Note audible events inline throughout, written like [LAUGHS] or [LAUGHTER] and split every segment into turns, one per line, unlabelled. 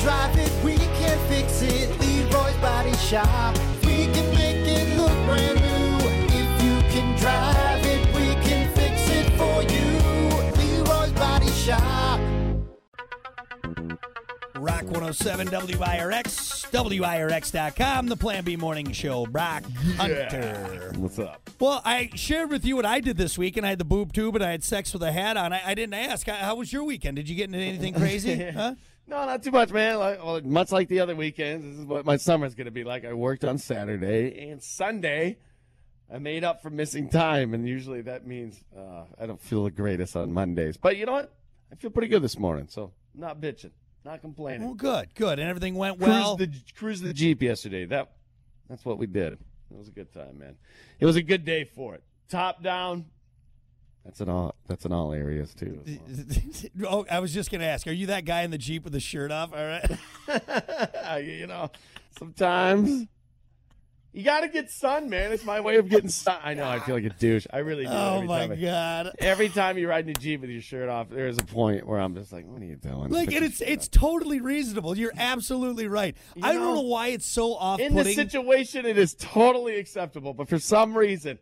drive it, we can fix it. Leroy's Body Shop. We can make it look brand new. If you can drive it, we can fix it for you. Leroy's Body Shop.
Rock 107 WIRX, WIRX.com, the Plan B Morning Show. Brock Hunter.
What's up?
Well, I shared with you what I did this week, and I had the boob tube, and I had sex with a hat on. I, I didn't ask. How, how was your weekend? Did you get into anything crazy?
[LAUGHS]
huh?
No, not too much, man. Like, well, much like the other weekends, this is what my summer's going to be like. I worked on Saturday and Sunday. I made up for missing time, and usually that means uh, I don't feel the greatest on Mondays. But you know what? I feel pretty good this morning, so not bitching, not complaining.
Well, good, good. And everything went well.
cruised the cruised the Jeep yesterday. That that's what we did. It was a good time, man. It was a good day for it. Top down. That's in all. That's in all areas too. as
[LAUGHS]
well.
oh, I was just going to ask, are you that guy in the Jeep with the shirt off? All
[LAUGHS]
right.
you know, sometimes you got to get sun, man. It's my way of getting sun. I know. I feel like a douche. I really do.
Oh,
every
my
time I- [LAUGHS]
God.
Every time you're riding a jeep with your shirt off, there is a point where I'm just like, "What are you
Like
doing?" Put
and
your
it's
shirt
it's totally reasonable. You're absolutely right. I don't
know,
know why it's so
on. in this
off-putting.
situation, it is totally acceptable, but for some reason,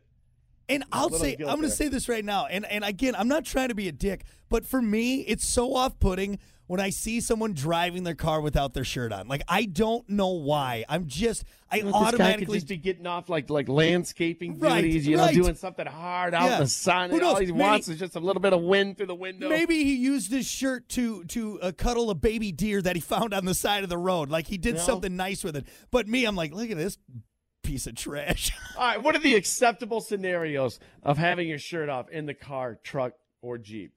And I'll
little
say I'm
guilt
going to
there.
say this right now, and and again, I'm not trying to be a dick, but for me, it's so off-putting when I see someone driving their car without their shirt on. Like I don't know why. I'm just I
This guy could
automatically.
just be getting off like like landscaping
Right,
duties, you
right.
know, doing something hard out
Yeah.
in the sun.
Who
and All
knows?
he
Maybe-
wants is just a little bit of wind through the window.
Maybe he used his shirt to to uh, cuddle a baby deer that he [LAUGHS] found on the side of the road. Like he did
No.
something nice with it. But me, I'm like, look at this piece of trash. [LAUGHS]
All right, what are the acceptable scenarios of having your shirt off in the car, truck, or jeep?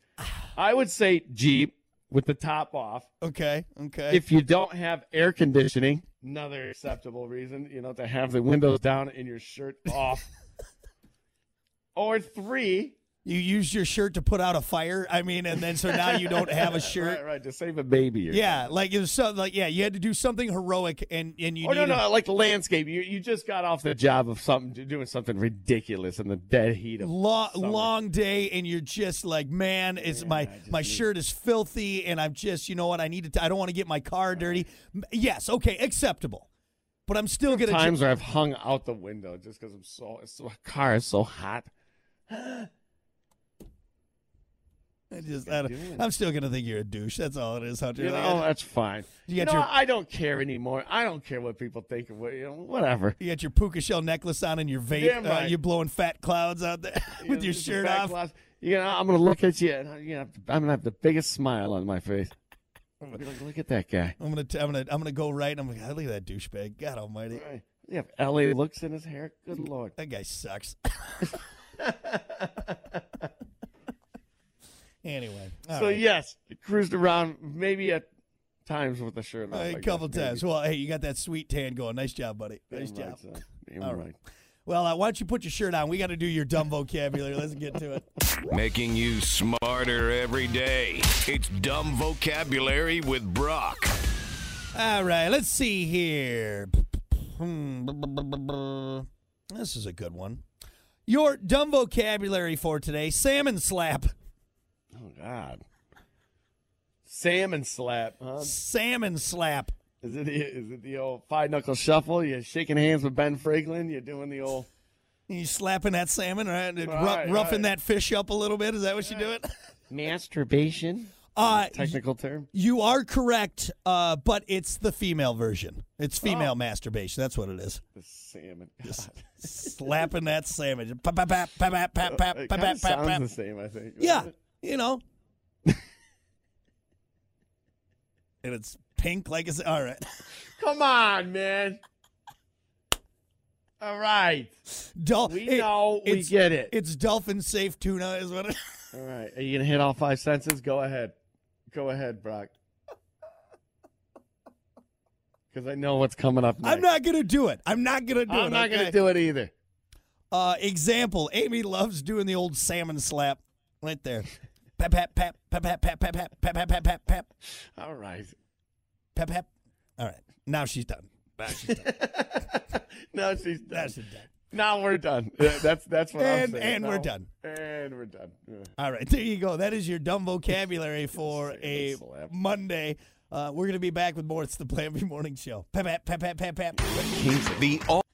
I would say jeep with the top off.
okay, okay.
If you don't have air conditioning, another acceptable reason, you know, to have the windows down and your [LAUGHS] shirt off. or three,
You used your shirt to put out a fire. I mean, and then so now you don't have a shirt.
[LAUGHS] right, right, to save a baby. Or
Yeah, like it was so, like yeah, you had to do something heroic, and and you
Oh no,
needed-
no, I like the landscape. You you just got off the job of something doing something ridiculous in the dead heat of
lo-
summer.
long day, and you're just like, man, it's my my shirt is filthy, and I'm just, you know what, I need to, t- I don't want to get my car dirty. M- Yes, okay, acceptable, but I'm still gonna. ju-
times where I've hung out the window just because I'm so it's so car is so hot.
I just, I don't- I'm still gonna think you're a douche. That's all it is, Hunter.
You know that's fine.
You
You,
got
know
your-
I don't care anymore. I don't care what people think of what you know whatever.
you got your puka shell necklace on and your vape.
Damn
Uh,
right.
you're blowing fat clouds out there [LAUGHS]
You
[LAUGHS] with
know,
your
just the
shirt
back
off.
glass. You know I'm gonna look at you and I- you know, I'm gonna have the biggest smile on my face. I'll be like, look at that guy.
I'm gonna, t- I'm gonna, I'm gonna go right. and I'm like, look at that douchebag. God Almighty,
Right. Yeah, Ellie looks in his hair. Good lord.
that guy sucks. [LAUGHS] anyway, all
So
right.
yes, cruised around maybe at times with the shirt on.
a
I
couple
guess, Oh maybe.
times. Well, hey, you got that sweet tan going. Nice job, buddy. Nice
Damn
job.
right, son. Damn
All right.
right.
Well, uh, why don't you put your shirt on? We got to do your dumb vocabulary. Let's get to
[LAUGHS]
it.
Making you smarter every day. It's Dumb Vocabulary with Brock.
All right, let's see here. Hmm, This is a good one. Your dumb vocabulary for today: salmon slap,
Oh God. Salmon slap, huh?
salmon slap.
Is it the, is it the old five knuckle shuffle? You're shaking hands with Ben Franklin. You're doing the old.
You slapping that salmon, right? Ru-
Right,
roughing
right.
that fish up a little bit. Is that what you do it?
Masturbation.
Uh,
Technical term.
You are correct, uh, but it's the female version. It's
Oh.
female masturbation. That's what it is.
The
[LAUGHS]
salmon. God.
Slapping that salmon. Pap, pap, pap, pap, pap, pap, pap,
It
pap,
kinda
pap,
sounds
pap.
the same, I think.
Yeah, you know. [LAUGHS] and it's pink like it's all right.
Come on, man. All right.
Dol-
We
it-
know. We
it's-
get it.
It's dolphin safe tuna is what it
All right. Are you gonna hit all five senses? Go ahead. Go ahead, Brock. [LAUGHS] Because I know what's coming up next.
I'm not gonna do it. I'm not gonna do it.
I'm not
okay?
gonna do it either.
Uh, example: Amy loves doing the old salmon slap right [LAUGHS] there. Pap pap pap pap pap pap pap pap pap pap pap pap pap
All right.
pap pap. All right, now she's done. Now she's done.
now she's
Now
done.
she's done.
Now
[LAUGHS]
we're done. Yeah, That's that's what
And-
I'm saying.
and we're
Now-
done.
And we're done. Yeah.
[LAUGHS] All right, there you go. That is your dumb vocabulary for
Salmon
a
slap.
Monday. Uh, we're going to be back with more. It's the Plan B Morning Show. Pap, pap, pap, pap, pap, pap.
The all